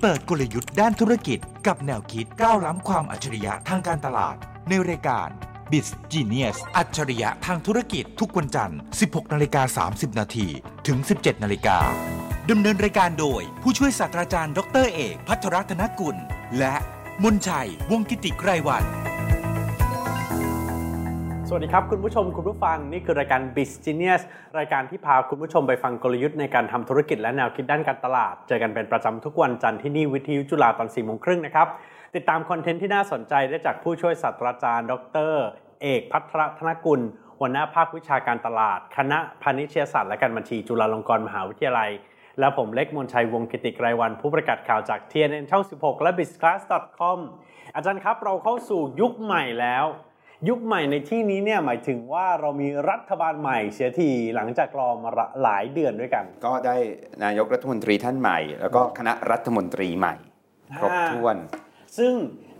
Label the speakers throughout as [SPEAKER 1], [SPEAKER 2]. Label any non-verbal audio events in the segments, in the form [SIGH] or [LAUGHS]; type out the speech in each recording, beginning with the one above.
[SPEAKER 1] เปิดกลยุทธ์ด้านธุรกิจกับแนวคิดก้าวล้ำความอัจฉริยะทางการตลาด ในรายการ b i z Genius อัจฉริยะทางธุรกิจทุกวันจันทร์ 16นาฬิกา30นาทีถึง 17นาฬิกาดำเนินรายการโดย ผู้ช่วยศาสตราจารย์ดรเอก พัทรรัตนกุล และมนชัยวงศ์กิติไกรวัน
[SPEAKER 2] สวัสดีครับ คุณผู้ชมคุณผู้ฟัง นี่คือรายการ b i z Genius รายการที่พาคุณผู้ชมไปฟังกลยุทธ์ในการทำธุรกิจและแนวคิดด้านการตลาด เจอกันเป็นประจำทุกวันจันทร์ที่นี่วิทยุจุฬาตอน4ี่โมงครึ่งนะครับ ติดตามคอนเทนต์ที่น่าสนใจได้จากผู้ช่วยศาสตราจารย์ ดร เอกพัทรธนกุล หัวหน้าภาควิชาการตลาด คณะพาณิชยศาสตร์และการบัญชีจุฬาลงกรณ์มหาวิทยาลัย และผมเล็กมนชัยวงศ์กิติไกรวัน ผู้ประกาศข่าวจาก TNN ช่อง 16 และ b i z c l a s s c o m อาจารย์ครับเราเข้าสู่ยุคใหม่แล้ว ยุคใหม่ในที่นี้เนี่ยหมายถึงว่าเรามีรัฐบาลใหม่เสียทีหลังจากรอมาละหลายเดือนด้วยกัน
[SPEAKER 3] ก็ได้นายกรัฐมนตรีท่านใหม่ แล้วก็คณะรัฐมนตรีใหม่ ครบ
[SPEAKER 2] อ่า
[SPEAKER 3] ถ้วน
[SPEAKER 2] ซึ่ง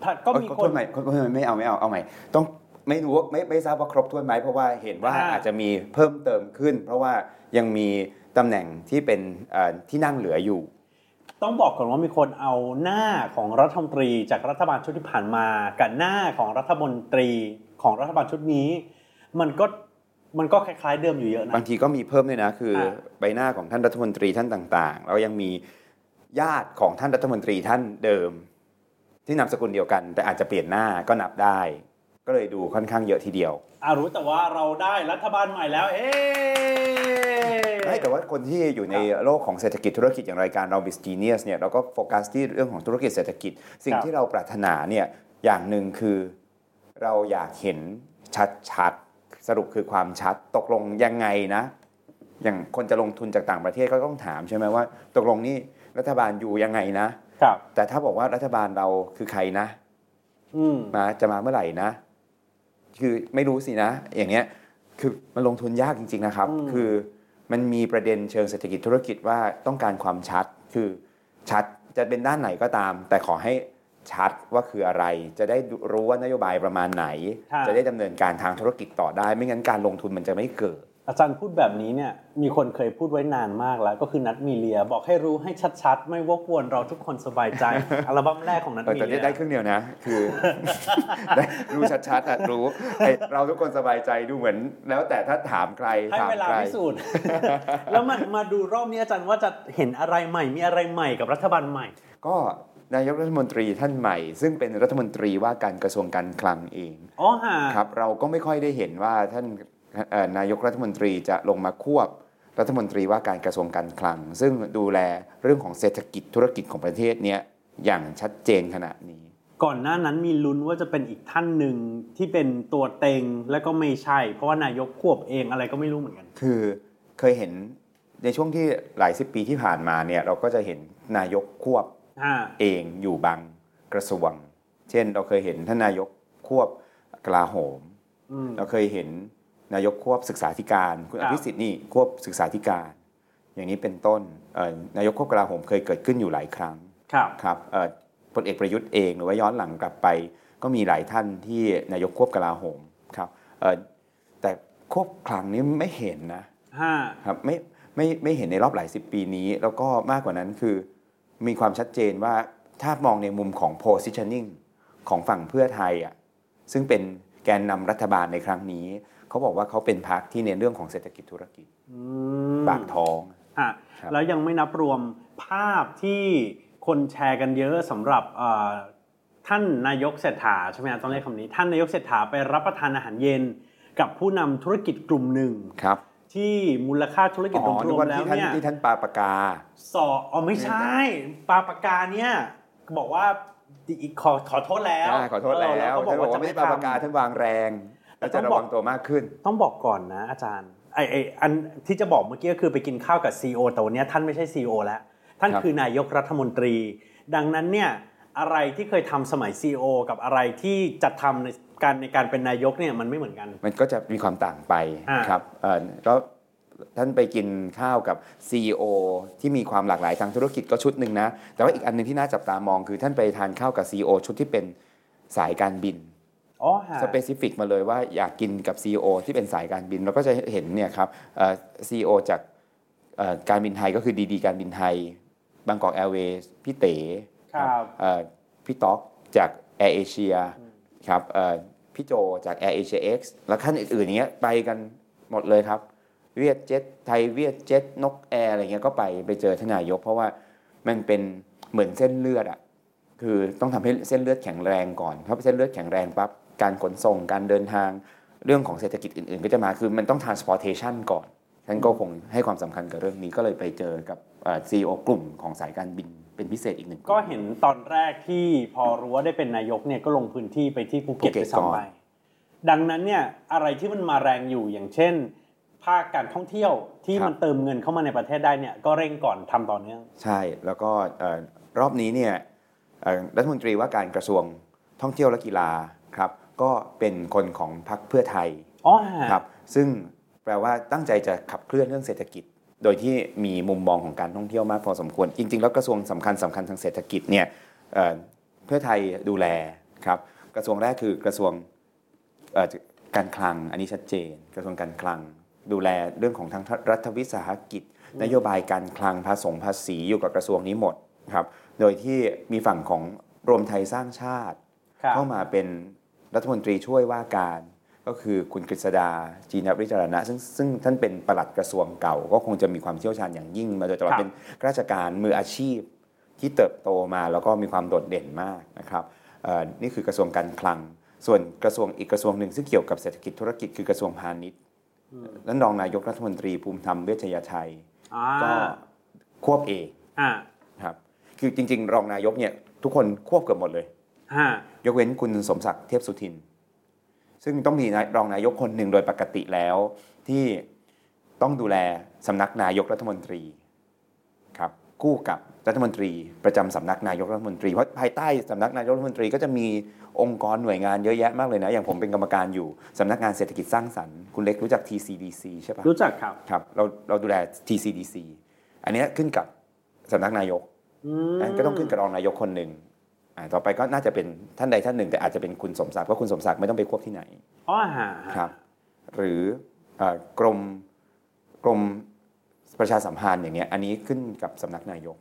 [SPEAKER 2] ถ้าก็
[SPEAKER 3] เอ้ย
[SPEAKER 2] มี
[SPEAKER 3] คร
[SPEAKER 2] ค
[SPEAKER 3] บถ้วน นไหมครบถ้วนไหมไม่เอาไม่เอาเอาใหม่ต้องไม่รู้ว่าไม่ไม่ทราบว่าครบถ้วนไหมเพราะว่าเห็นว่า
[SPEAKER 2] อ่า
[SPEAKER 3] อาจจะมีเพิ่มเติมขึ้น เพราะว่ายังมีตำแหน่งที่เป็นเอ่อที่นั่งเหลืออยู่
[SPEAKER 2] ต้องบอกก่อนว่ามีคนเอาหน้าของรัฐมนตรีจากรัฐบาลชุดที่ผ่านมา กับหน้าของรัฐมนตรีของรัฐบาลชุดนี้ มันก็มันก็คล้ายๆเดิมอยู่เยอะนะ
[SPEAKER 3] บางทีก็มีเพิ่มด้วยนะ คืออา ใบหน้าของท่านรัฐมนตรีท่านต่างๆ แล้วยังมีญาติของท่านรัฐมนตรีท่านเดิม ที่นามสกุลเดียวกัน แต่อาจจะเปลี่ยนหน้าก็นับได้ ก็เลยดูค่อนข้างเยอะทีเดียว
[SPEAKER 2] อารู้แต่ว่าเราได้รัฐบาลใหม่แล้วเอ๊
[SPEAKER 3] ใช่แต่ว่าคนที่อยู่ในโลกของเศรษฐกิจธุรกิจอย่างรายการเราบิสจีเนียสเนี่ยเราก็โฟกัสที่เรื่องของธุรกิจเศรษฐกิจ สิ่งที่เราปรารถนาเนี่ยอย่างหนึ่งคือเราอยากเห็นชัดๆ สรุปคือความชัดตกลงยังไงนะ อย่างคนจะลงทุนจากต่างประเทศก็ต้องถามใช่ไหมว่า ตกลงนี่รัฐบาลอยู่ยังไงนะ
[SPEAKER 2] ครับ
[SPEAKER 3] แต่ถ้าบอกว่ารัฐบาลเราคือใครนะ
[SPEAKER 2] อืม
[SPEAKER 3] มาจะมาเมื่อไหร่นะ คือไม่รู้สินะ อย่างเงี้ยคือมันลงทุนยากจริง ๆนะครับ
[SPEAKER 2] อืม
[SPEAKER 3] คือมันมีประเด็นเชิงเศรษฐกิจธุรกิจว่าต้องการความชัด คือชัดจะเป็นด้านไหนก็ตาม แต่ขอให้ชัดว่าคืออะไร จะได้รู้ว่านโยบายประมาณไหน จะได้ดำเนินการทางธุรกิจต่อได้ ไม่งั้นการลงทุนมันจะไม่เกิด
[SPEAKER 2] อาจารย์พูดแบบนี้เนี่ยมีคนเคยพูดไว้นานมากแล้ว ก็คือนัทมีเลียบอกให้รู้ให้ชัดๆ ไม่วกวนเราทุกคนสบายใจ [LAUGHS] อัลบั้มแรกของนัท
[SPEAKER 3] เออ
[SPEAKER 2] มี
[SPEAKER 3] แต่
[SPEAKER 2] เลี
[SPEAKER 3] เนี่ย
[SPEAKER 2] ย
[SPEAKER 3] ได้ครึ่งเดียวนะ คือ
[SPEAKER 2] [LAUGHS]
[SPEAKER 3] ได้รู้ชัดๆอะรู้ไอ้เราทุกคนสบายใจดูเหมือน แล้วแต่ถ้าถามใคร
[SPEAKER 2] ให้
[SPEAKER 3] ถาม
[SPEAKER 2] เวลา
[SPEAKER 3] ใคร
[SPEAKER 2] พิสูจน์ [LAUGHS] แล้วมันมาดูรอบนี้อาจารย์ว่าจะเห็นอะไรใหม่มีอะไรใหม่กับรัฐบาลใหม่
[SPEAKER 3] ก็นายกรัฐมนตรีท่านใหม่ ซึ่งเป็นรัฐมนตรีว่าการกระทรวงการคลังเอง
[SPEAKER 2] อ๋อฮะ
[SPEAKER 3] ครับเราก็ไม่ค่อยได้เห็นว่าท่านเอ่อนายกรัฐมนตรีจะลงมาควบรัฐมนตรีว่าการกระทรวงการคลัง ซึ่งดูแลเรื่องของเศรษฐกิจธุรกิจของประเทศเนี้ยอย่างชัดเจนขนาดนี้
[SPEAKER 2] ก่อนหน้านั้นมีลุ้นว่าจะเป็นอีกท่านหนึ่งที่เป็นตัวเต็งแล้วก็ไม่ใช่ เพราะว่านายกควบเองอะไรก็ไม่รู้เหมือนกัน
[SPEAKER 3] คือเคยเห็นในช่วงที่หลายสิบปีที่ผ่านมาเนี่ยเราก็จะเห็นนายกควบ
[SPEAKER 2] อ่า
[SPEAKER 3] เองอยู่บางกระทรวง เช่น เราเคยเห็นท่านนายกควบกลาโหม
[SPEAKER 2] อืม
[SPEAKER 3] เราเคยเห็นนายกควบศึกษาธิการ คุณ
[SPEAKER 2] ครั
[SPEAKER 3] อบ ภิสิทธิ์นี่ควบศึกษาธิการ อย่างนี้เป็นต้นเอ่อนายกควบกลาโหมเคยเกิดขึ้นอยู่หลายครั้ง
[SPEAKER 2] ครับ
[SPEAKER 3] ครับเอ่อพลเอกประยุทธ์เองหรือว่าย้อนหลังกลับไป ก็มีหลายท่านที่นายกควบกลาโหมครับเอ่อแต่ควบคลังนี้ไม่เห็นนะ
[SPEAKER 2] ห้า
[SPEAKER 3] ครับไม่ไม่ไม่เห็นในรอบหลายสิบปีนี้ แล้วก็มากกว่านั้นคือมีความชัดเจนว่าถ้ามองในมุมของ positioning ของฝั่งเพื่อไทยอ่ะซึ่งเป็นแกนนำรัฐบาลในครั้งนี้ เขาบอกว่าเขาเป็นพรรคที่เน้นเรื่องของเศรษฐกิจธุรกิจปากท้อง
[SPEAKER 2] ฮะ
[SPEAKER 3] ครับ
[SPEAKER 2] แล้วยังไม่นับรวมภาพที่คนแชร์กันเยอะสำหรับเอ่อท่านนายกเศรษฐาใช่ไหมฮะต้องเรียกคำนี้ ท่านนายกเศรษฐาไปรับประทานอาหารเย็น กับผู้นำธุรกิจกลุ่มหนึ่ง
[SPEAKER 3] ครับ
[SPEAKER 2] ที่มูลค่าธุรกิจ
[SPEAKER 3] อ๋
[SPEAKER 2] ร
[SPEAKER 3] อนึก
[SPEAKER 2] วม
[SPEAKER 3] ว่า
[SPEAKER 2] ๆแล้ว
[SPEAKER 3] ที่ท่าน
[SPEAKER 2] เนี่ย
[SPEAKER 3] ที่ท่านปาปากกา
[SPEAKER 2] สออ๋อไม่ใช่ ปาปากกาเนี่ยบอกว่าอีกขอขอโทษแล้ว
[SPEAKER 3] ขอโทษแล้ว
[SPEAKER 2] เ
[SPEAKER 3] ท่านบอกว่าไม่ได้ปาปากกา
[SPEAKER 2] ทำ
[SPEAKER 3] ท่านวางแรงแล้วจะระวังตัวมากขึ้น
[SPEAKER 2] ต้องบอกก่อนนะอาจารย์ไอไออันที่จะบอกเมื่อกี้ก็คือไปกินข้าวกับซีอแต่วันเนี้ยท่านไม่ใช่ซีอแล้ว ท่าน
[SPEAKER 3] ครับ
[SPEAKER 2] คือนายกรัฐมนตรี ดังนั้นเนี่ยอะไรที่เคยทำสมัยซีอกับอะไรที่จะทำในการในการเป็นนายกเนี่ยมันไม่เหมือนกัน
[SPEAKER 3] มันก็จะมีความต่างไป
[SPEAKER 2] อ่า
[SPEAKER 3] ครับเอ่อก็ท่านไปกินข้าวกับ CEO ที่มีความหลากหลายทางธุรกิจก็ชุดหนึ่งนะ แต่ว่าอีกอันหนึงที่น่าจับตามองคือท่านไปทานข้าวกับ CEO ชุดที่เป็นสายการบิน
[SPEAKER 2] อ๋อฮะ
[SPEAKER 3] สเปซิฟิกมาเลยว่าอยากกินกับ CEO ที่เป็นสายการบิน เราก็จะเห็นเนี่ยครับเอ่อ CEO จากเอ่อการบินไทยก็คือดีดีการบินไทยบางกอกแอร์เวย์พี่เต๋
[SPEAKER 2] ครับ
[SPEAKER 3] เอ่อพี่ต๊อกจาก Air Asia ครับเอ่อพี่โจจาก Air Asia X แล้วขั้นอื่นๆอย่างเงี้ยไปกันหมดเลยครับ เวียดเจ็ตไทยเวียดเจ็ตนกแอร์อะไรเงี้ยก็ไปไปเจอทานนายก เพราะว่ามันเป็นเหมือนเส้นเลือดอะคือต้องทำให้เส้นเลือดแข็งแรงก่อนถ้าเส้นเลือดแข็งแรงปั๊บการขนส่งการเดินทางเรื่องของเศรษฐกิจอื่นๆ ก็จะมาคือมันต้อง transportation ก่อนท่านก็คงให้ความสำคัญกับเรื่องนี้ก็เลยไปเจอกับซีโอกลุ่มของสายการบินเป็นพิเศษอีกหนึ่งลุ่ม
[SPEAKER 2] ก็เห็นตอนแรกที่พอรู้ว่าได้เป็นนายกเนี่ยก็ลงพื้นที่ไปที่ภูเก็ต
[SPEAKER 3] ภูเก็ต
[SPEAKER 2] ไปสองไป
[SPEAKER 3] ก่อน
[SPEAKER 2] ดังนั้นเนี่ยอะไรที่มันมาแรงอยู่อย่างเช่น ภาคการท่องเที่ยวที่มันเติมเงินเข้ามาในประเทศได้เนี่ยก็เร่งก่อนทำต่อเนื่อง
[SPEAKER 3] ใช่ แล้วก็เอ่อรอบนี้เนี่ยเอ่อรัฐมนตรีว่าการกระทรวงท่องเที่ยวและกีฬาครับ ก็เป็นคนของพรรคเพื่อไทย
[SPEAKER 2] อ๋อ
[SPEAKER 3] ครับ ซึ่งแปลว่าตั้งใจจะขับเคลื่อนเรื่องเศรษฐกิจ โดยที่มีมุมมองของการท่องเที่ยวมากพอสมควร จริง ๆ แล้วกระทรวงสำคัญสำคัญทางเศรษฐกิจเนี่ยเอ่อเพื่อไทยดูแลครับ กระทรวงแรกคือกระทรวง เอ่อการคลังอันนี้ชัดเจน กระทรวงการคลัง ดูแลเรื่องของทางรัฐวิสาหกิจ นโยบายการคลังภาษงภาษีอยู่กับกระทรวงนี้หมดครับ โดยที่มีฝั่งของรวมไทยสร้างชาติ
[SPEAKER 2] ครับ
[SPEAKER 3] เข้ามาเป็นรัฐมนตรีช่วยว่าการ ก็คือคุณกฤษดาจีนวิจารณะซึ่งซึ่งท่านเป็นปลัดกระทรวงเก่า ก็คงจะมีความเชี่ยวชาญอย่างยิ่ง มาโดยตลอด
[SPEAKER 2] ครับ
[SPEAKER 3] เป็นข้าราชการมืออาชีพ ที่เติบโตมาแล้วก็มีความโดดเด่นมากนะครับเอ่อนี่คือกระทรวงการคลัง ส่วนกระทรวงอีกกระทรวงหนึ่งซึ่งเกี่ยวกับเศรษฐกิจธุรกิจคือกระทรวงพาณิชย์นั่นรองนายกรัฐมนตรีภูมิธรรมเวชยชัย
[SPEAKER 2] อ่า
[SPEAKER 3] ก็ควบเอง
[SPEAKER 2] อ่า
[SPEAKER 3] ครับคือจริง ๆ รองนายกเนี่ยทุกคนควบเกือบหมดเลย
[SPEAKER 2] อ่าย
[SPEAKER 3] กเว้นคุณสมศักดิ์เทพสุทิน ซึ่งต้องมีนายรองนายกคนหนึ่งโดยปกติแล้ว ที่ต้องดูแลสำนักนายกรัฐมนตรีครับคู่กับรัฐมนตรีประจำสำนักนายกรัฐมนตรีเพราะภายใต้สำนักนายกรัฐมนตรีก็จะมีองค์กรหน่วยงานเยอะแยะมากเลยนะ อย่างผมเป็นกรรมการอยู่สำนักงานเศรษฐกิจสร้างสรรค์คุณเล็กรู้จัก TCDC ใช่ปะ
[SPEAKER 2] รู้จักครับ
[SPEAKER 3] ครับเราเราดูแล TCDC อันเนี้ยขึ้นกับสำนักนายกอันก็ต้องขึ้นกับรองนายกคนหนึ่งอ่าต่อไปก็น่าจะเป็นท่านใดท่านหนึ่ง แต่อาจจะเป็นคุณสมศักดิ์เพราะคุณสมศักดิ์ไม่ต้องไปควบที่ไหน
[SPEAKER 2] อ๋อฮะ
[SPEAKER 3] ครับ หรือเอ่อกรมกรมประชาสัมพันธ์อย่างเงี้ยอันนี้ขึ้นกับสำนักนายก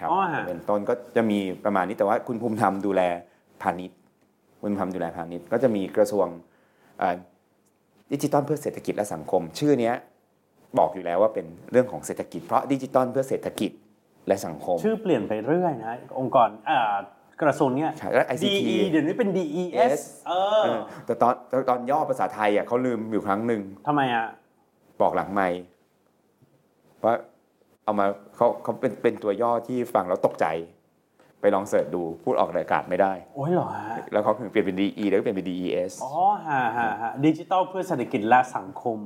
[SPEAKER 3] ครับ
[SPEAKER 2] อ๋อฮะ
[SPEAKER 3] เป็นต้นก็จะมีประมาณนี้แต่ว่าคุณภูมิธรรมดูแลพาณิชย์คุณภูมิธรรมดูแลพาณิชย์ก็จะมีกระทรวงเอ่อดิจิทัลเพื่อเศรษฐกิจและสังคม ชื่อเนี้ย บอกอยู่แล้วว่าเป็นเรื่องของเศรษฐกิจเพราะดิจิตอลเพื่อเศรษฐกิจและสังคม
[SPEAKER 2] ชื่อเปลี่ยนไปเรื่อยนะ องค์กรอ่ากระทรวงเนี่ย
[SPEAKER 3] ใช่แล้ว ICT
[SPEAKER 2] DE เดี๋ยวนี้เป็น DES
[SPEAKER 3] S
[SPEAKER 2] เอ
[SPEAKER 3] เอ
[SPEAKER 2] อ
[SPEAKER 3] อแต่ตอนแต่ตอนย่อภาษาไทยอ่ะเขาลืมอยู่ครั้งหนึ่ง
[SPEAKER 2] ทำไมอ่ะ
[SPEAKER 3] บอกหลังไม่ว่าเอามาเขาเขาเป็นเป็นตัวย่อที่ฟังแล้วตกใจ ไปลองเสิร์ชดูพูดออกอากาศไม่ได้
[SPEAKER 2] โอ้ยเหรอฮะ
[SPEAKER 3] แล้วเขาถึงเปลี่ยนเป็น DE แล้วก็เปลี่ยนเป็น DES
[SPEAKER 2] อ๋อฮะฮะฮะดิจิทัลเพื่อเศรษฐกิจและสังคม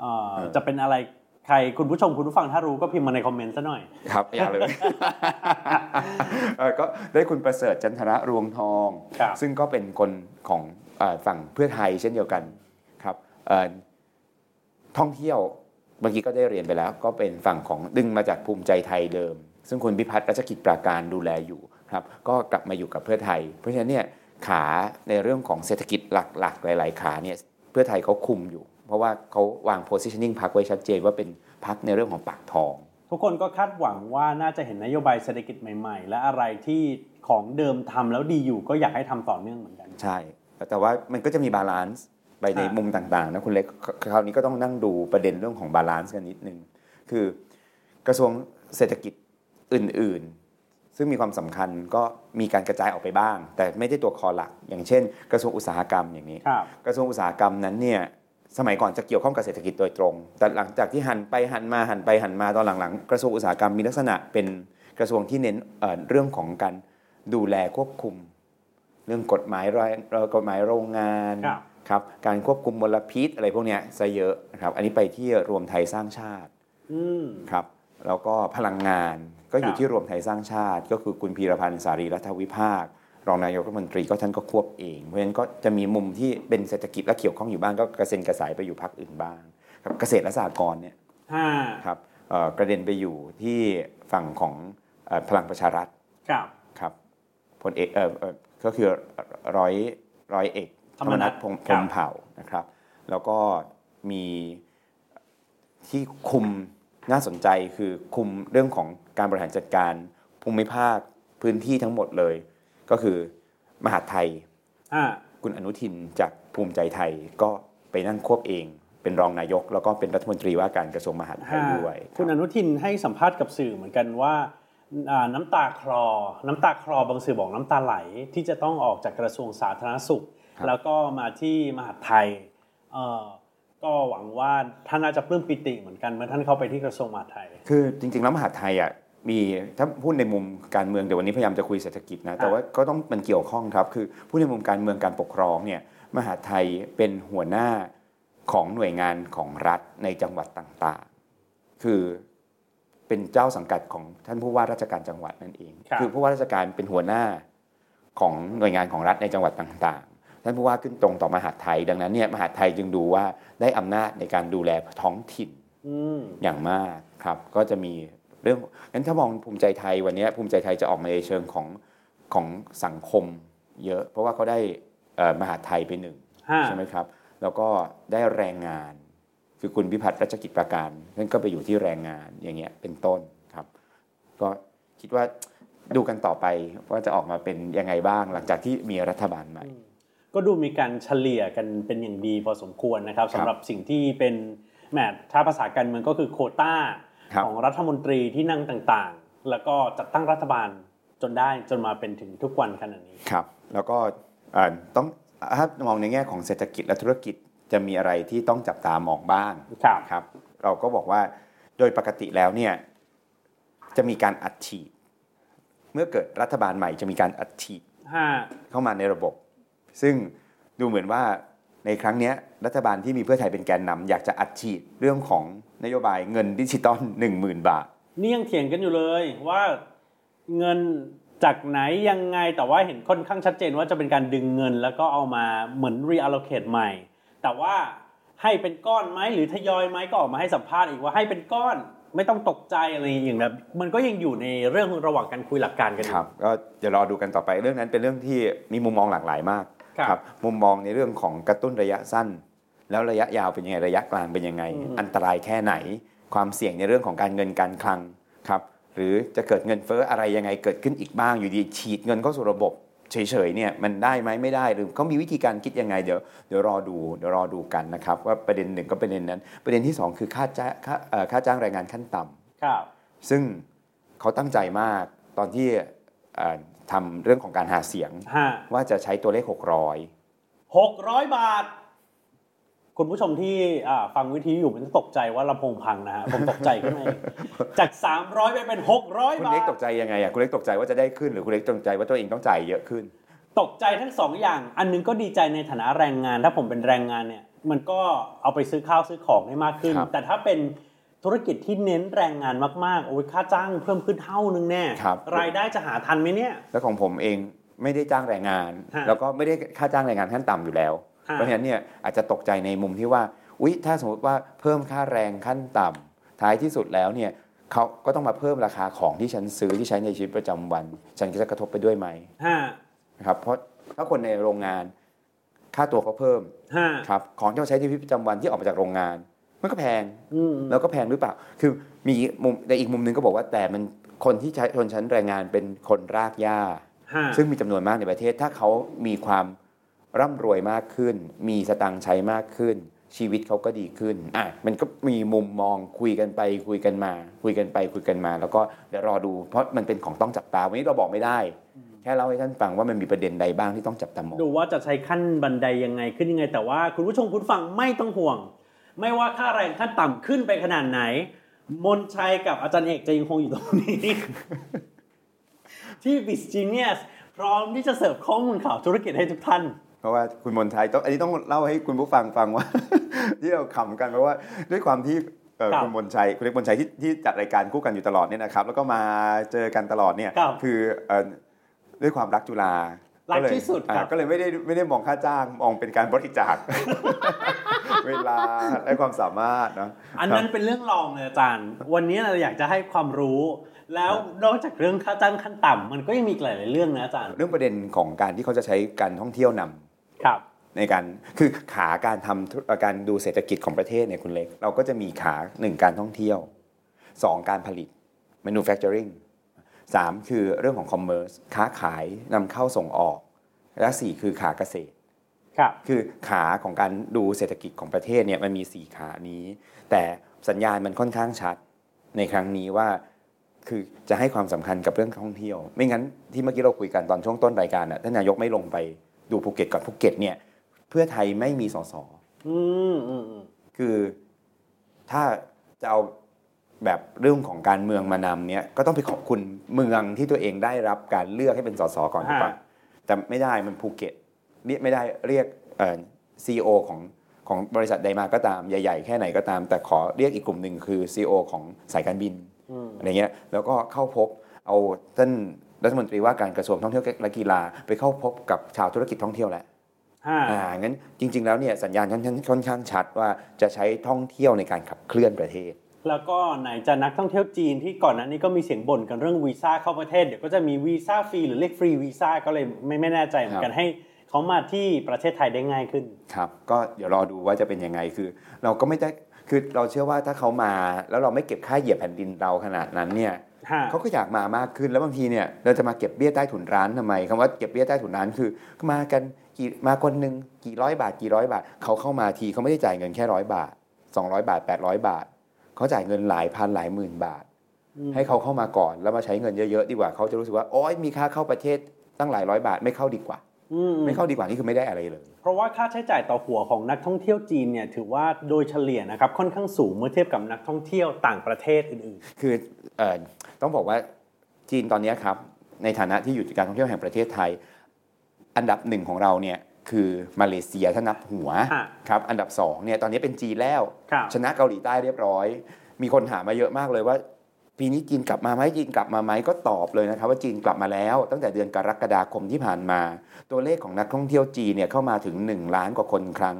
[SPEAKER 2] เอ่อจะเป็นอะไรใครคุณผู้ชมคุณผู้ฟังถ้ารู้ก็พิมพ์มาในคอมเมนต์ซะหน่อย
[SPEAKER 3] ครับอย่าเลย เอ่อก็ได้คุณประเสริฐจันทระรวงทอง
[SPEAKER 2] ครับ
[SPEAKER 3] ซึ่งก็เป็นคนของเอ่อฝั่งเพื่อไทยเช่นเดียวกันครับเอ่อท่องเที่ยวเมื่อกี้ก็ได้เรียนไปแล้ว ก็เป็นฝั่งของดึงมาจากภูมิใจไทยเดิม ซึ่งคุณพิพัฒน์รัชกิจปราการดูแลอยู่ครับ ก็กลับมาอยู่กับเพื่อไทย เพราะฉะนั้นเนี่ยขาในเรื่องของเศรษฐกิจหลักๆ หลาย ๆ ขาเนี่ยเพื่อไทยเขาคุมอยู่ เพราะว่าเขาวาง positioning พักไว้ชัดเจนว่าเป็นพักในเรื่องของปากท้อง
[SPEAKER 2] ทุกคนก็คาดหวังว่าน่าจะเห็นนโยบายเศรษฐกิจใหม่ๆ และอะไรที่ของเดิมทำแล้วดีอยู่ก็อยากให้ทำต่อเนื่องเหมือนกัน
[SPEAKER 3] ใช่ แต่ว่ามันก็จะมีบาลานซ์ไปใน
[SPEAKER 2] อ่ามุ
[SPEAKER 3] มุมต่างๆนะคุณเล็กคคราวนี้ก็ต้องนั่งดูประเด็นเรื่องของบาลานซ์กันนิดนึง คือกระทรวงเศรษฐกิจอื่นๆ ซึ่งมีความสำคัญก็มีการกระจายออกไปบ้าง แต่ไม่ได้ตัวคอหลัก อย่างเช่น กระทรวงอุตสาหกรรมอย่างนี้
[SPEAKER 2] ครับ
[SPEAKER 3] กระทรวงอุตสาหกรรมนั้นเนี่ยสมัยก่อนจะเกี่ยวข้องกับเศรษฐกิจโดยตรง แต่หลังจากที่หันไปหันมาหันไปหันมาตอนหลังๆ กระทรวงอุตสาหกรรมมีลักษณะเป็นกระทรวงที่เน้นเอ่อเรื่องของการดูแลควบคุม เรื่องกฎหมายรอยเอ่อกฎหมายโรงงาน
[SPEAKER 2] ครับ
[SPEAKER 3] ครับการควบคุมมลพิษอะไรพวกเนี้ยซะเยอะนะครับอันนี้ไปที่รวมไทยสร้างชาติ
[SPEAKER 2] อืม
[SPEAKER 3] ครับแล้วก็พลังงานก็อยู่
[SPEAKER 2] ครับ
[SPEAKER 3] ที่รวมไทยสร้างชาติ ก็คือคุณพีรพันธ์สารีรัฐวิภาค รองนายกรัฐมนตรีก็ท่านก็ควบเอง เพราะฉะนั้นก็จะมีมุมที่เป็นเศรษฐกิจและเกี่ยวข้องอยู่บ้างก็กระเซ็นกระสายไปอยู่พักอื่นบ้างครับเกษตรและสหกรณ์เนี่ย
[SPEAKER 2] ห้า
[SPEAKER 3] ครับเอ่อกระเด็นไปอยู่ที่ฝั่งของเอ่อพลังประชารัฐ
[SPEAKER 2] ครับ
[SPEAKER 3] ครับพลเอกเอ่อเอ่อก็คือร้อยร้อยเอก
[SPEAKER 2] ธรรมนัส
[SPEAKER 3] พงษ์
[SPEAKER 2] ครับ
[SPEAKER 3] พงษ์เผ่านะครับ แล้วก็มีที่คุมน่าสนใจคือคุมเรื่องของการบริหารจัดการภูมิภาค พื้นที่ทั้งหมดเลย ก็คือมหาดไทย
[SPEAKER 2] อ่า
[SPEAKER 3] คุณอนุทินจากภูมิใจไทยก็ไปนั่งควบเอง เป็นรองนายก แล้วก็เป็นรัฐมนตรีว่าการกระทรวงมหาดไทยด้วย
[SPEAKER 2] คุณอนุทินให้สัมภาษณ์กับสื่อเหมือนกันว่าอ่าน้ำตาคลอ น้ำตาคลอบางสื่อบอกน้ำตาไหลที่จะต้องออกจากกระทรวงสาธารณสุข แล้วก็มาที่มหาดไทยเอ่อก็หวังว่าท่านน่าจะปลื้มปิติเหมือนกันเมื่อท่านเข้าไปที่กระทรวงมหาดไทย
[SPEAKER 3] คือจริงๆแล้วมหาดไทยอ่ะมีถ้าพูดในมุมการเมืองเดี๋ยววันนี้พยายามจะคุยเศรษฐกิจนะแต่ว่าก็ต้องมันเกี่ยวข้องครับ คือพูดในมุมการเมืองการปกครองเนี่ยมหาดไทยเป็นหัวหน้าของหน่วยงานของรัฐในจังหวัดต่างๆ คือเป็นเจ้าสังกัดของท่านผู้ว่าราชการจังหวัดนั่นเอง
[SPEAKER 2] ครับ
[SPEAKER 3] อผู้ว่าราชการเป็นหัวหน้าของหน่วยงานของรัฐในจังหวัดต่างๆ ท่านผู้ว่าขึ้นตรงต่อมหาดไทย ดังนั้นเนี่ยมหาดไทยจึงดูว่าได้อำนาจในการดูแลท้องถิ่น
[SPEAKER 2] อืม
[SPEAKER 3] อย่างมากครับก็จะมีเรื่องงั้นถ้ามองภูมิใจไทยวันเนี้ยภูมิใจไทยจะออกมาในเชิงของของสังคมเยอะ เพราะว่าเขาได้เอ่อมหาดไทยไปหนึ่ง
[SPEAKER 2] ฮะ
[SPEAKER 3] ใช่ไหมครับ แล้วก็ได้แรงงาน คือคุณพิพัฒน์รัชกิจประการนั่นก็ไปอยู่ที่แรงงานอย่างเงี้ยเป็นต้นครับ ก็คิดว่าดูกันต่อไปว่าจะออกมาเป็นยังไงบ้างหลังจากที่มีรัฐบาลใหม่
[SPEAKER 2] ก็ดูมีการเฉลี่ยกันเป็นอย่างดีพอสมควรนะครับสำหรับสิ่งที่เป็นแหมถ้าภาษาการเมืองก็คือโควต้า
[SPEAKER 3] ครับ
[SPEAKER 2] ของรัฐมนตรีที่นั่งต่างๆ แล้วก็จัดตั้งรัฐบาลจนได้จนมาเป็นถึงทุกวันขนาดนี้
[SPEAKER 3] ครับแล้วก็เอ่อต้องถ้ามองในแง่ของเศรษฐกิจและธุรกิจจะมีอะไรที่ต้องจับตามองบ้าง
[SPEAKER 2] ครับ
[SPEAKER 3] ครับ เราก็บอกว่าโดยปกติแล้วเนี่ยจะมีการอัดฉีด เมื่อเกิดรัฐบาลใหม่จะมีการอัดฉีด
[SPEAKER 2] ห้า
[SPEAKER 3] เข้ามาในระบบ ซึ่งดูเหมือนว่าในครั้งเนี้ยรัฐบาลที่มีเพื่อไทยเป็นแกนนำอยากจะอัดฉีดเรื่องของนโยบายเงินดิจิตอล10,000 บาท
[SPEAKER 2] นี่ยังเถียงกันอยู่เลยว่าเงินจากไหนยังไงแต่ว่าเห็นค่อนข้างชัดเจนว่าจะเป็นการดึงเงิน แล้วก็เอามาเหมือน reallocate ใหม่ แต่ว่าให้เป็นก้อนไหมหรือทยอยไหมก็ออกมาให้สัมภาษณ์อีกว่าให้เป็นก้อนไม่ต้องตกใจอะไรอย่างแบบมันก็ยังอยู่ในเรื่องระหว่างการคุยหลักการกันอยู่
[SPEAKER 3] ครับก็จะรอดูกันต่อไปเรื่องนั้นเป็นเรื่องที่มีมุมมองหลากหลายมาก
[SPEAKER 2] ครับ
[SPEAKER 3] มุมมองในเรื่องของกระตุ้นระยะสั้น แล้วระยะยาวเป็นยังไงระยะกลางเป็นยังไง อันตรายแค่ไหน ความเสี่ยงในเรื่องของการเงินการคลังครับหรือจะเกิดเงินเฟ้ออะไรยังไงเกิดขึ้นอีกบ้างอยู่ดีฉีดเงินเข้าสู่ระบบเฉยๆเนี่ยมันได้ไหมไม่ได้หรือเขามีวิธีการคิดยังไงเดี๋ยวเดี๋ยวรอดูเดี๋ยวรอดูกันนะครับว่าประเด็นหนึ่งก็ประเด็นนั้น ประเด็นที่สองคือค่าจ้างค่าเอ่อค่าจ้างแรงงานขั้นต่ำ
[SPEAKER 2] ครับ
[SPEAKER 3] ซึ่งเขาตั้งใจมากตอนที่เอ่อทำเรื่องของการหาเสียง
[SPEAKER 2] ห้า
[SPEAKER 3] ว่าจะใช้ตัวเลข 600
[SPEAKER 2] หกร้อยบาท คุณผู้ชมที่อ่าฟังวิทยุอยู่มันจะตกใจว่าลำโพงพังนะฮะผมตกใจขึ้นมา
[SPEAKER 3] [LAUGHS]
[SPEAKER 2] เองจาก 300 ไปเป็น 600
[SPEAKER 3] คุณ
[SPEAKER 2] บา
[SPEAKER 3] เล็
[SPEAKER 2] ท
[SPEAKER 3] กตกใจยังไงอ่ะคุณเล็กตกใจว่าจะได้ขึ้นหรือคุณเล็กตกใจว่าตัวเองต้องจ่ายเยอะขึ้น
[SPEAKER 2] ตกใจทั้งสองอย่าง อันหนึงก็ดีใจในฐานะแรงงาน ถ้าผมเป็นแรงงานเนี่ย มันก็เอาไปซื้อข้าวซื้อของได้มากขึ้น
[SPEAKER 3] ครับ
[SPEAKER 2] แต่ถ้าเป็นธุรกิจที่เน้นแรงงานมากๆ โอ้ยค่าจ้างเพิ่มขึ้นเท่านึงแน่ รายได้จะหาทันไหมเนี่ย
[SPEAKER 3] แล้วของผมเองไม่ได้จ้างแรงงาน
[SPEAKER 2] ฮะ
[SPEAKER 3] แล้วก็ไม่ได้ค่าจ้างแรงงานขั้นต่ำอยู่แล้ว
[SPEAKER 2] ฮะ
[SPEAKER 3] เพราะฉะนั้นเนี่ยอาจจะตกใจในมุมที่ว่าอุ๊ยถ้าสมมติว่าเพิ่มค่าแรงขั้นต่ำท้ายที่สุดแล้วเนี่ยเขาก็ต้องมาเพิ่มราคาของที่ฉันซื้อที่ใช้ในชีวิตประจำวัน ฉันก็จะกระทบไปด้วยไหม
[SPEAKER 2] ห้า
[SPEAKER 3] นะครับเพราะถ้าคนในโรงงานค่าตัวเขาเพิ่ม
[SPEAKER 2] ห้า
[SPEAKER 3] ครับของที่เราใช้ในชีวิตประจำวันที่ออกมาจากโรงงาน มันก็แพง
[SPEAKER 2] อืม
[SPEAKER 3] แล้วก็แพงหรือเปล่า คือมีมุมแต่อีกมุมหนึงก็บอกว่าแต่มันคนที่ใช้ชนชั้นแรงงานเป็นคนรากหญ้า
[SPEAKER 2] ห้า
[SPEAKER 3] ซึ่งมีจำนวนมากในประเทศ ถ้าเขามีความร่ำรวยมากขึ้น มีสตังค์ใช้มากขึ้น ชีวิตเขาก็ดีขึ้นอ่ะมันก็มีมุมมองคุยกันไป คุยกันมา คุยกันไปคุยกันมา แล้วก็เดี๋ยวรอดู เพราะมันเป็นของต้องจับตาวันนี้เราบอกไม่ได้ แค่เล่าให้ท่านฟังว่ามันมีประเด็นใดบ้างที่ต้องจับตามอง
[SPEAKER 2] ดูว่าจะใช้ขั้นบันไดยังไงขึ้นยังไง แต่ว่าคุณผู้ชมคุณฟังไม่ต้องห่วง ไม่ว่าค่าแรงขั้นต่ำขึ้นไปขนาดไหน มนชัยกับอาจารย์เอกจะยังคงอยู่ตรงนี้ [LAUGHS] ที่ b i z g e n i u s พร้อมที่จะเสิร์ฟข้อมูลข่าวธุรกิจให้ทุกท่าน
[SPEAKER 3] เพราะว่าคุณมนชัยต้องอันนี้ต้องเล่าให้คุณผู้ฟังฟังว่า [LAUGHS] ที่เราขำกันเพราะว่าด้วยความที่เอ่อ
[SPEAKER 2] ครับ
[SPEAKER 3] คุณมนชัยคุณเล็กมนชัยที่ที่จัดรายการคู่กันอยู่ตลอดเนี่ยนะครับ แล้วก็มาเจอกันตลอดเนี่ย
[SPEAKER 2] ครับ
[SPEAKER 3] คือเอ่อด้วยความรักจุฬา
[SPEAKER 2] รัก
[SPEAKER 3] เลย
[SPEAKER 2] ที่สุดครับ
[SPEAKER 3] อ่าก็เลยไม่ได้ไม่ได้มองค่าจ้างมองเป็นการบริจาค [LAUGHS] เวลาและความสามารถเนาะ
[SPEAKER 2] อันนั้นเป็นเรื่องรองเลยอาจารย์ วันนี้เราอยากจะให้ความรู้ แล้วนอกจากเรื่องค่าจ้างขั้นต่ำมันก็ยังมีอีกหลายๆเรื่องนะอาจารย์
[SPEAKER 3] เรื่องประเด็นของการที่เขาจะใช้การท่องเที่ยวนำ
[SPEAKER 2] ครับ
[SPEAKER 3] ในการคือขาการทำธุรการดูเศรษฐกิจของประเทศเนี่ยคุณเล็ก เราก็จะมีขาหนึ่งการท่องเที่ยวสองการผลิต manufacturing 3 คือเรื่องของคอมเมอร์สค้าขายนำเข้าส่งออก และ4คือขาเกษตร
[SPEAKER 2] ครับ
[SPEAKER 3] คือขาของการดูเศรษฐกิจของประเทศเนี่ยมันมี 4 ขานี้ แต่สัญญาณมันค่อนข้างชัดในครั้งนี้ว่าคือจะให้ความสำคัญกับเรื่องท่องเที่ยว ไม่งั้นที่เมื่อกี้เราคุยกันตอนช่วงต้นรายการน่ะท่านนายกไม่ลงไปดูภูเก็ตก่อนภูเก็ตเนี่ยเพื่อไทยไม่มีสส
[SPEAKER 2] อืมอืมอืม
[SPEAKER 3] คือถ้าจะเอาแบบเรื่องของการเมืองมานำเนี่ยก็ต้องไปขอบคุณเมืองที่ตัวเองได้รับการเลือกให้เป็นสสก่อนดีกว่าแต่ไม่ได้มันภูเก็ตเรียกไม่ได้เรียกซีโอ CEO ของของบริษัทใดมาก็ตามใหญ่ ๆ แค่ไหนก็ตาม แต่ขอเรียกอีกกลุ่มหนึ่งคือ CEO ของสายการบิน
[SPEAKER 2] อืม
[SPEAKER 3] อะไรเงี้ยแล้วก็เข้าพบเอาท่านรัฐมนตรีว่าการกระทรวงท่องเที่ยวและกีฬาไปเข้าพบกับชาวธุรกิจท่องเที่ยวแหละ
[SPEAKER 2] ห้า
[SPEAKER 3] อ่า งั้นจริง ๆ แล้วเนี่ยสัญญาณค่อนข้างค่อนข้างชัดว่าจะใช้ท่องเที่ยวในการขับเคลื่อนประเทศ
[SPEAKER 2] แล้วก็ไหนจะนักท่องเที่ยวจีนที่ก่อนหน้านี้ก็มีเสียงบ่นกันเรื่องวีซ่าเข้าประเทศ เดี๋ยวก็จะมีวีซ่าฟรีหรือเรียกฟรีวีซ่าก็เลยไม่ไม่แน่ใจเหมือนกันให้เขามาที่ประเทศไทยได้ง่ายขึ้น
[SPEAKER 3] ครับ ก็เดี๋ยวรอดูว่าจะเป็นยังไง คือ เราก็ไม่ได้ คือเราเชื่อว่าถ้าเขามาแล้วเราไม่เก็บค่าเหยียบแผ่นดินเราขนาดนั้นเนี่ย
[SPEAKER 2] ห้า
[SPEAKER 3] เขาก็อยากมามากขึ้น แล้วบางทีเนี่ยเราจะมาเก็บเบี้ยใต้ถุนร้านทำไมคำว่าเก็บเบี้ยใต้ถุนร้านคือมากันกี่มาคนหนึ่งกี่ร้อยบาทกี่ร้อยบาทเขาเข้ามาทีเขาไม่ได้จ่ายเงินแค่ร้อยบาท 200 บาท 800 บาทเขาจ่ายเงินหลายพันหลายหมื่นบาท
[SPEAKER 2] อืม
[SPEAKER 3] ให้เขาเข้ามาก่อนแล้วมาใช้เงินเยอะๆดีกว่าเขาจะรู้สึกว่าโอ๊ยมีค่าเข้าประเทศตั้งหลายร้อยบาทไม่เข้าดีกว่า
[SPEAKER 2] อืมอืม
[SPEAKER 3] ไม่เข้าดีกว่านี่คือไม่ได้อะไรเลย
[SPEAKER 2] เพราะว่าค่าใช้จ่ายต่อหัวของนักท่องเที่ยวจีนเนี่ยถือว่าโดยเฉลี่ยนะครับค่อนข้างสูงเมื่อเทียบกับนักท่องเที่ยวต่างประเทศอื่น
[SPEAKER 3] คือเอ่อต้องบอกว่าจีนตอนเนี้ยครับในฐานะที่อยู่การท่องเที่ยวแห่งประเทศไทย อันดับหนึ่งของเราเนี่ยคือมาเลเซียถ้านับหัว
[SPEAKER 2] ๆอ่ะ
[SPEAKER 3] ครับอันดับสองเนี่ยตอนนี้เป็นจีนแล้ว
[SPEAKER 2] ครับ
[SPEAKER 3] ชนะเกาหลีใต้เรียบร้อย มีคนถามมาเยอะมากเลยว่า ปีนี้จีนกลับมาไหมจีนกลับมาไหมก็ตอบเลยนะครับ ว่าจีนกลับมาแล้ว ตั้งแต่เดือนกรกฎาคมที่ผ่านมา ตัวเลขของนักท่องเที่ยวจีนเนี่ยเข้ามาถึง 1 ล้านกว่าคนครั้ง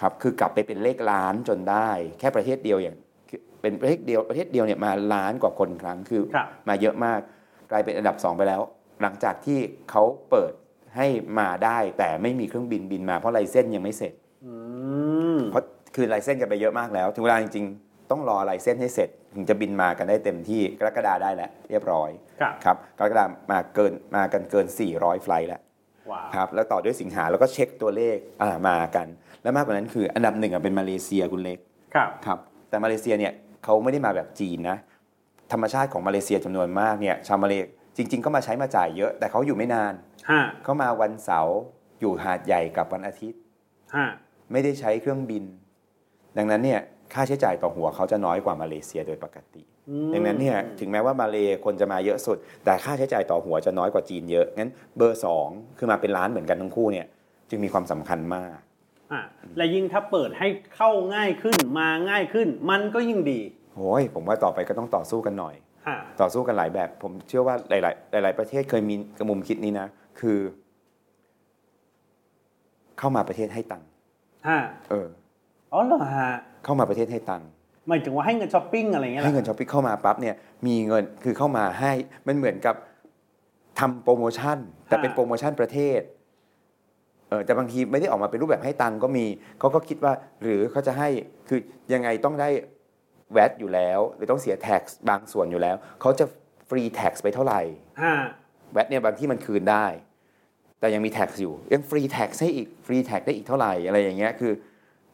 [SPEAKER 3] ครับคือกลับไปเป็นเลขล้านจนได้ แค่ประเทศเดียวอย่างคือเป็นประเทศเดียวประเทศเดียวเนี่ยมาล้านกว่าคนครั้งคือ
[SPEAKER 2] ครับ
[SPEAKER 3] มาเยอะมากกลายเป็นอันดับ 2 ไปแล้ว หลังจากที่เขาเปิดให้มาได้ แต่ไม่มีเครื่องบินบินมาเพราะไลเส้นยังไม่เสร็จ
[SPEAKER 2] อืม
[SPEAKER 3] เพราะคือลายเส้นกันไปเยอะมากแล้ว ถึงเวลาจริงๆ ต้องรอลายเส้นให้เสร็จ ถึงจะบินมากันได้เต็มที่กรกฎาได้แล้ว เรียบร้อย
[SPEAKER 2] ครับ
[SPEAKER 3] ครับกรกฎามาเกินมากันเกิน 400 ไฟล์แล้ว
[SPEAKER 2] ว้าว
[SPEAKER 3] ครับแล้วต่อด้วยสิงหาแล้วก็เช็คตัวเลขอ่ามากัน แล้วมากกว่านั้นคืออันดับหนึ่งอะเป็นมาเลเซียคุณเล็ก
[SPEAKER 2] ครับ
[SPEAKER 3] ครับแต่มาเลเซียเนี่ยเขาไม่ได้มาแบบจีนนะธรรมชาติของมาเลเซียจำนวนมากเนี่ยชาวมาเลจริง ๆ ก็มาใช้มาจ่ายเยอะ แต่เขาอยู่ไม่นาน
[SPEAKER 2] ห้า
[SPEAKER 3] เขามาวันเสาร์อยู่หาดใหญ่กับวันอาทิตย์
[SPEAKER 2] ห้า
[SPEAKER 3] ไม่ได้ใช้เครื่องบิน ดังนั้นเนี่ยค่าใช้จ่ายต่อหัวเขาจะน้อยกว่ามาเลเซียโดยปกติ
[SPEAKER 2] อืม
[SPEAKER 3] ดังนั้นเนี่ยถึงแม้ว่ามาเลคนจะมาเยอะสุด แต่ค่าใช้จ่ายต่อหัวจะน้อยกว่าจีนเยอะ งั้นเบอร์ 2 คือมาเป็นล้านเหมือนกันทั้งคู่เนี่ยจึงมีความสำคัญมาก
[SPEAKER 2] อ่ะและยิ่งถ้าเปิดให้เข้าง่ายขึ้นมาง่ายขึ้น มันก็ยิ่งดี
[SPEAKER 3] โอ้ยผมว่าต่อไปก็ต้องต่อสู้กันหน่อย
[SPEAKER 2] ห้า
[SPEAKER 3] ต่อสู้กันหลายแบบ ผมเชื่อว่าหลาย ๆ หลาย ๆ ประเทศเคยมีกระมุมคิดนี้นะ คือ เข้ามาประเทศให้ตังค์
[SPEAKER 2] ห้า
[SPEAKER 3] เออ
[SPEAKER 2] อ๋อเหรอฮะ
[SPEAKER 3] เข้ามาประเทศให้ตังค์
[SPEAKER 2] หมายถึงว่าให้เงินช้อปปิ้งอะไรอย่างเงี้ยหร
[SPEAKER 3] ให้
[SPEAKER 2] อ
[SPEAKER 3] เงินช้อปปิ้งเข้ามาปั๊บเนี่ยมีเงินคือเข้ามาให้มันเหมือนกับทำโปรโมชั่น แต่เป็นโปรโมชั่นประเทศเออแต่บางทีไม่ได้ออกมาเป็นรูปแบบให้ตังค์ก็มีเขาก็คิดว่าหรือเขาจะให้คือยังไงต้องได้แวดอยู่แล้ว หรือต้องเสียแท็กบางส่วนอยู่แล้วเขาจะฟรีแท็กไปเท่าไหร่
[SPEAKER 2] ห้า
[SPEAKER 3] แวดเนี่ยบางที่มันคืนได้ แต่ยังมีแท็กอยู่ ยังฟรีแท็กให้อีกฟรีแท็กได้อีกเท่าไหร่อะไรอย่างเงี้ยคือ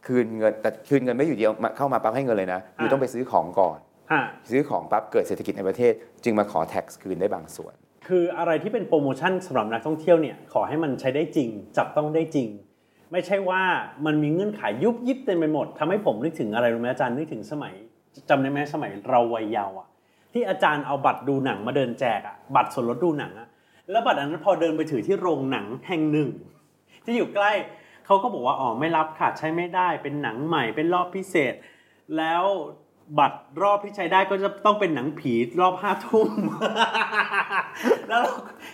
[SPEAKER 3] คืนเงินแต่คืนเงินไม่อยู่เดียวมาเข้ามาปั๊บให้เงินเลยนะอยู่ต้องไปซื้อของก่อน
[SPEAKER 2] ห้า
[SPEAKER 3] ซื้อของปั๊บเกิดเศรษฐกิจในประเทศ จึงมาขอแท็กซ์คืนได้บางส่วน
[SPEAKER 2] คืออะไรที่เป็นโปรโมชั่นสำหรับนักท่องเที่ยวเนี่ยขอให้มันใช้ได้จริง จับต้องได้จริง ไม่ใช่ว่ามันมีเงื่อนไขยุบยิบเต็มไปหมดทำให้ผมนึกถึงอะไรรู้ไหมอาจารย์นึกถึงสมัยจำได้ไหมสมัยเราวัยเยาว์อะที่อาจารย์เอาบัตรดูหนังมาเดินแจกอะบัตรส่วนลดดูหนังอะแล้วบัตรอันนั้นพอเดินไปถือที่โรงหนังแห่งหนึ่ง ที่อยู่ใกล้เขาก็บอกว่าอ๋อไม่รับค่ะใช้ไม่ได้ เป็นหนังใหม่เป็นรอบพิเศษ แล้วบัตรรอบที่ใช้ได้ก็จะต้องเป็นหนังผีรอบห้าทุ่ม [LAUGHS] แล้วเรา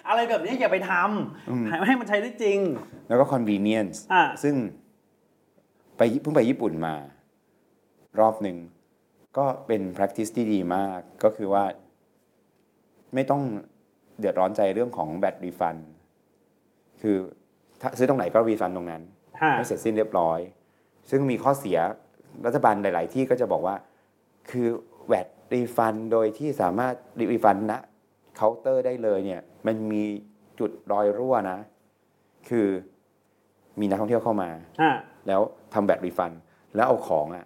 [SPEAKER 2] อะไรแบบนี้อย่าไปทำให้ให้มันใช้ได้จริง
[SPEAKER 3] แล้วก็ convenience
[SPEAKER 2] อ่ะ
[SPEAKER 3] ซึ่งไปเพิ่งไปญี่ปุ่นมา รอบหนึ่ง ก็เป็น practice ที่ดีมาก ก็คือว่า ไม่ต้องเดือดร้อนใจเรื่องของแบตรีฟัน คือถ้าซื้อตรงไหนก็รีฟันตรงนั้น
[SPEAKER 2] ห้า
[SPEAKER 3] ให้เสร็จสิ้นเรียบร้อย ซึ่งมีข้อเสียรัฐบาลหลาย ๆ ที่ก็จะบอกว่า คือแวดรีฟันโดยที่สามารถรีฟันณ เคาน์เตอร์ได้เลยเนี่ยมันมีจุดรอยรั่วนะ คือมีนักท่องเที่ยวเข้ามา
[SPEAKER 2] อ่า
[SPEAKER 3] แล้วทำแบบรีฟัน แล้วเอาของอะ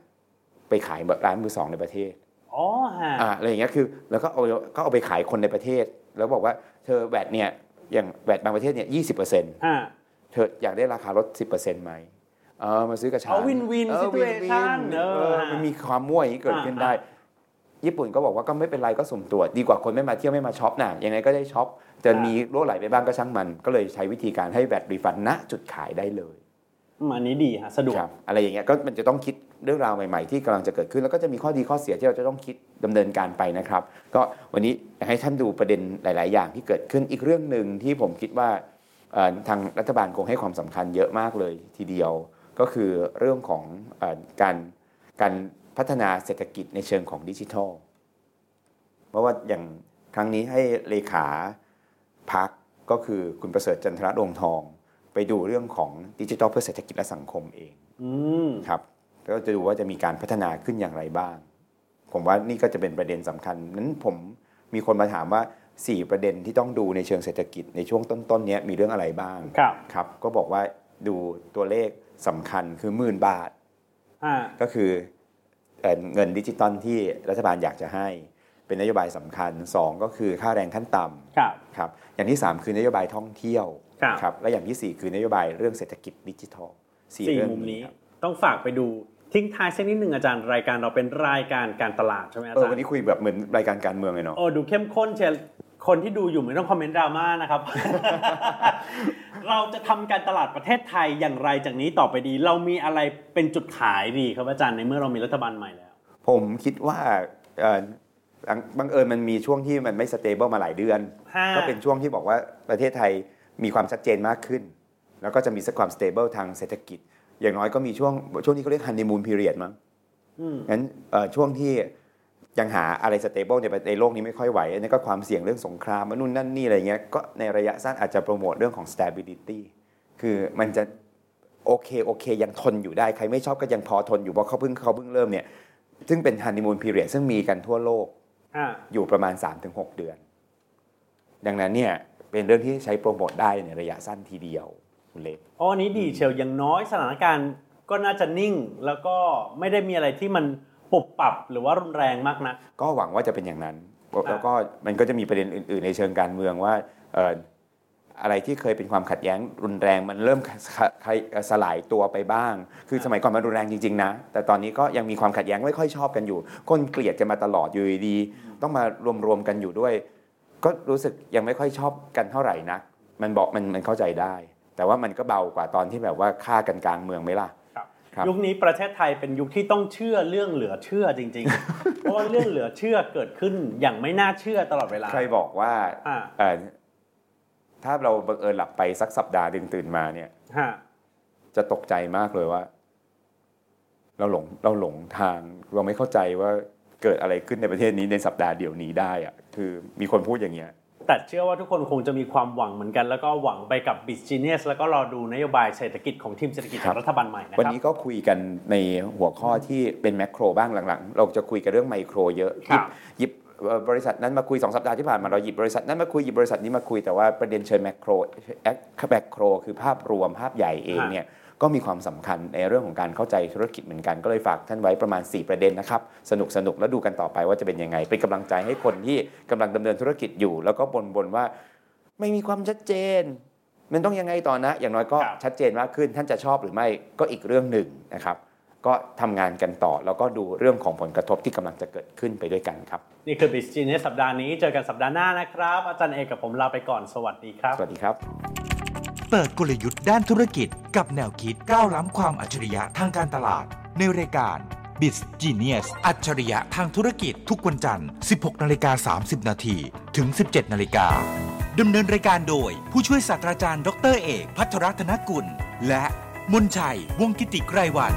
[SPEAKER 3] ไปขายแบบร้านมือสองในประเทศ
[SPEAKER 2] อ๋อฮะ
[SPEAKER 3] อ่าอะไรอย่างเงี้ยคือแล้วก็เอาก็เอาไปขายคนในประเทศ แล้วบอกว่าเธอแวดเนี่ยอย่างแวดบางประเทศเนี่ยยี่สิบเปอร์เซ็นต์
[SPEAKER 2] อ่า
[SPEAKER 3] เธออยากได้ราคาลดสิบเปอร์เซ็นต์ไหมเออมาซื้อกระชั
[SPEAKER 2] เอา win-win
[SPEAKER 3] เออ win-win
[SPEAKER 2] situation เออ
[SPEAKER 3] เออมันมีความมั่วอย่างนี้เกิดขึ้นได้
[SPEAKER 2] อ่า
[SPEAKER 3] ญี่ปุ่นก็บอกว่าก็ไม่เป็นไรก็สุ่มตรวจดีกว่าคนไม่มาเที่ยวไม่มาช็อปนะยังไงก็ได้ช็อปจะมีรั่วไหลไปบ้างก็ช่างมัน ก็เลยใช้วิธีการให้แวดรีฟันณจุดขายได้เลย
[SPEAKER 2] อืมอันนี้ดีฮะสะดวก
[SPEAKER 3] ครับอะไรอย่างเงี้ยก็มันจะต้องคิดเรื่องราวใหม่ๆ ที่กำลังจะเกิดขึ้น แล้วก็จะมีข้อดีข้อเสียที่เราจะต้องคิดดำเนินการไปนะครับ ก็วันนี้อยากให้ท่านดูประเด็นหลาย ๆ อย่างที่เกิดขึ้นอีกเรื่องหนึ่งที่ผมคิดว่าเอ่อทางรัฐบาลคงให้ความสำคัญเยอะมากเลยทีเดียว ก็คือเรื่องของเออการการพัฒนาเศรษฐกิจในเชิงของดิจิทัล เพราะว่าอย่างครั้งนี้ให้เลขาพักก็คือคุณประเสริฐจันทระดวงทอง ไปดูเรื่องของดิจิทัลเพื่อเศรษฐกิจและสังคมเอง
[SPEAKER 2] อืม
[SPEAKER 3] ครับแล้วก็จะดูว่าจะมีการพัฒนาขึ้นอย่างไรบ้าง ผมว่านี่ก็จะเป็นประเด็นสำคัญนั้นผมมีคนมาถามว่า 4 ประเด็นที่ต้องดูในเชิงเศรษฐกิจในช่วงต้นๆเนี้ยมีเรื่องอะไรบ้าง
[SPEAKER 2] ครับ
[SPEAKER 3] ครับก็บอกว่าดูตัวเลขสำคัญคือหมื่นบาท
[SPEAKER 2] อ่า
[SPEAKER 3] ก็คือเอ่อเงินดิจิตอลที่รัฐบาลอยากจะให้ เป็นนโยบายสำคัญ 2 ก็คือค่าแรงขั้นต่ำ
[SPEAKER 2] ครับ
[SPEAKER 3] ครับอย่างที่ 3 คือนโยบายท่องเที่ยว
[SPEAKER 2] ครับ
[SPEAKER 3] ครับและอย่างทีสี่ 4 คือนโยบายเรื่องเศรษฐกิจดิจิทัล
[SPEAKER 2] สี่
[SPEAKER 3] เรื่อง
[SPEAKER 2] มุมนี้
[SPEAKER 3] ครับ
[SPEAKER 2] ต้องฝากไปดู ทิ้งท้ายสักนิดหนึ่งอาจารย์ รายการเราเป็นรายการการตลาดใช่ไหมอา
[SPEAKER 3] เออ
[SPEAKER 2] จาร
[SPEAKER 3] วัน
[SPEAKER 2] ย์
[SPEAKER 3] นี้คุยแบบเหมือนรายการการเมืองเลยเนาะ
[SPEAKER 2] โอ้ดูเข้มข้นเชียวคนที่ดูอยู่ไม่ต้องคอมเมนต์ดราม่านะครับ [LAUGHS] เราจะทำการตลาดประเทศไทยอย่างไรจากนี้ต่อไปดี เรามีอะไรเป็นจุดขายดีครับอาจารย์ในเมื่อเรามีรัฐบาลใหม่แล้ว
[SPEAKER 3] ผมคิดว่าเอ่อบังบังเอิญมันมีช่วงที่มันไม่สเตเบิลมาหลายเดือน
[SPEAKER 2] ฮะ
[SPEAKER 3] ก็เป็นช่วงที่บอกว่าประเทศไทยมีความชัดเจนมากขึ้น แล้วก็จะมีสักความสเตเบิลทางเศรษฐกิจ อย่างน้อยก็มีช่วงช่วงที่เขาเรียกฮันนีมูนพีเรียดมั้ง
[SPEAKER 2] อืม
[SPEAKER 3] งั้นเอ่อช่วงที่ยังหาอะไรสเตเบิลในประเทศในโลกนี้ไม่ค่อยไหวอันนี้ก็ความเสี่ยงเรื่องสงครามนู่นนั่นนี่อะไรเงี้ยก็ในระยะสั้นอาจจะโปรโมทเรื่องของ stability คือมันจะโอเคโอเค ยังทนอยู่ได้ ใครไม่ชอบก็ยังพอทนอยู่เพราะเขาเพิ่งเขาเพิ่งเริ่มเนี่ยซึ่งเป็นฮันนีมูนพีเรียดซึ่งมีกันทั่วโลก
[SPEAKER 2] อ่า
[SPEAKER 3] อยู่ประมาณ 3-6 เดือน ดังนั้นเนี่ยเป็นเรื่องที่ใช้โปรโมทได้ในระยะสั้นทีเดียวคุณเล็ก
[SPEAKER 2] อ๋ออันนี้ดีเชียวอย่างน้อยสถานการณ์ก็น่าจะนิ่ง แล้วก็ไม่ได้มีอะไรที่มันปุบปับหรือว่ารุนแรงมากนะ
[SPEAKER 3] ก็หวังว่าจะเป็นอย่างนั้น
[SPEAKER 2] ครับ
[SPEAKER 3] แล้วก็มันก็จะมีประเด็นอื่น ๆ ในเชิงการเมืองว่าเอ่ออะไรที่เคยเป็นความขัดแย้งรุนแรงมันเริ่มขะขะสลายตัวไปบ้าง คื
[SPEAKER 2] ค
[SPEAKER 3] อ
[SPEAKER 2] รับ
[SPEAKER 3] สมัยก่อนมันรุนแรงจริง ๆ นะ แต่ตอนนี้ก็ยังมีความขัดแย้งไม่ค่อยชอบกันอยู่ คนเกลียดกันมาตลอดอยู่ดีๆต้องมารวม ๆ กันอยู่ด้วย ก็รู้สึกยังไม่ค่อยชอบกันเท่าไหร่นะ มันบอกมันมันเข้าใจได้ แต่ว่ามันก็เบากว่าตอนที่แบบว่าฆ่ากันกลางเมืองไหมล่ะ ครับ
[SPEAKER 2] ยุคนี้ประเทศไทยเป็นยุคที่ต้องเชื่อเรื่องเหลือเชื่อจริงๆ เพราะว่าเรื่องเหลือเชื่อเกิดขึ้นอย่างไม่น่าเชื่อตลอดเวลา
[SPEAKER 3] ใครบอกว่า
[SPEAKER 2] อ่า
[SPEAKER 3] เอ่อถ้าเราบังเอิญหลับไปสักสัปดาห์ดึงตื่นมาเนี่ย
[SPEAKER 2] ฮะ
[SPEAKER 3] จะตกใจมากเลยว่า เราหลงเราหลงทางเราไม่เข้าใจว่าเกิดอะไรขึ้นในประเทศนี้ในสัปดาห์เดี๋ยวนี้ได้อะคือมีคนพูดอย่างเงี้ย
[SPEAKER 2] แต่เชื่อว่าทุกคนคงจะมีความหวังเหมือนกัน แล้วก็หวังไปกับบิส i เนสแล้วก็รอดูนโยบายเศรษฐกิจของทีมเศรษฐกิจ
[SPEAKER 3] ครับ
[SPEAKER 2] รัฐบาลใหม่นะค
[SPEAKER 3] วัน
[SPEAKER 2] รับ
[SPEAKER 3] นี้ก็คุยกันในหัวข้อที่เป็นแมกโครบ้างหลังๆ เราจะคุยกันเรื่องไมโครเยอะห
[SPEAKER 2] ครั
[SPEAKER 3] ยิ
[SPEAKER 2] บ
[SPEAKER 3] บหยิบเอ่อบริษัทนั้นมาคุย 2 สัปดาห์ที่ผ่านมาเราหยิบบริษัทนั้นมาคุยหยิบบริษัทนี้มาคุยแต่ว่าประเด็นเชิงแมกโครแอคแมกโครคือภาพรวมภาพใหญ่เองเนี่ยก็มีความสำคัญในเรื่องของการเข้าใจธุรกิจเหมือนกันก็เลยฝากท่านไว้ประมาณ 4 ประเด็นนะครับ สนุกสนุกแล้วดูกันต่อไปว่าจะเป็นยังไง เป็นกำลังใจให้คนที่กำลังดำเนินธุรกิจอยู่ แล้วก็บ่นๆว่า ไม่มีความชัดเจน มันต้องยังไงต่อนะ อย่างน้อยก็
[SPEAKER 2] ครับ
[SPEAKER 3] ชัดเจนมากขึ้น ท่านจะชอบหรือไม่ก็อีกเรื่องหนึ่งนะครับ ก็ทำงานกันต่อ แล้วก็ดูเรื่องของผลกระทบที่กำลังจะเกิดขึ้นไปด้วยกันครับ
[SPEAKER 2] นี่คือบิส i เนสสัปดาห์นี้เจอกันสัปดาห์หน้านะครับ อาจารย์เอกกับผมลาไปก่อนสวัสดีครับ
[SPEAKER 3] สวัสดีครับ
[SPEAKER 1] เปิดกลยุทธ์ด้านธุรกิจกับแนวคิดก้าวล้ำความอัจฉริยะทางการตลาด ในรายการ b i z Genius อัจฉริยะทางธุรกิจทุกวันจันทร์ 16นาฬิกา30 นาทีถึง 17นาฬิกาดำเนินรายการโดย ผู้ช่วยศาสตราจารย์ดรเอก พัทรรัตนกุล และมนชัย วงศ์กิติไกรวัน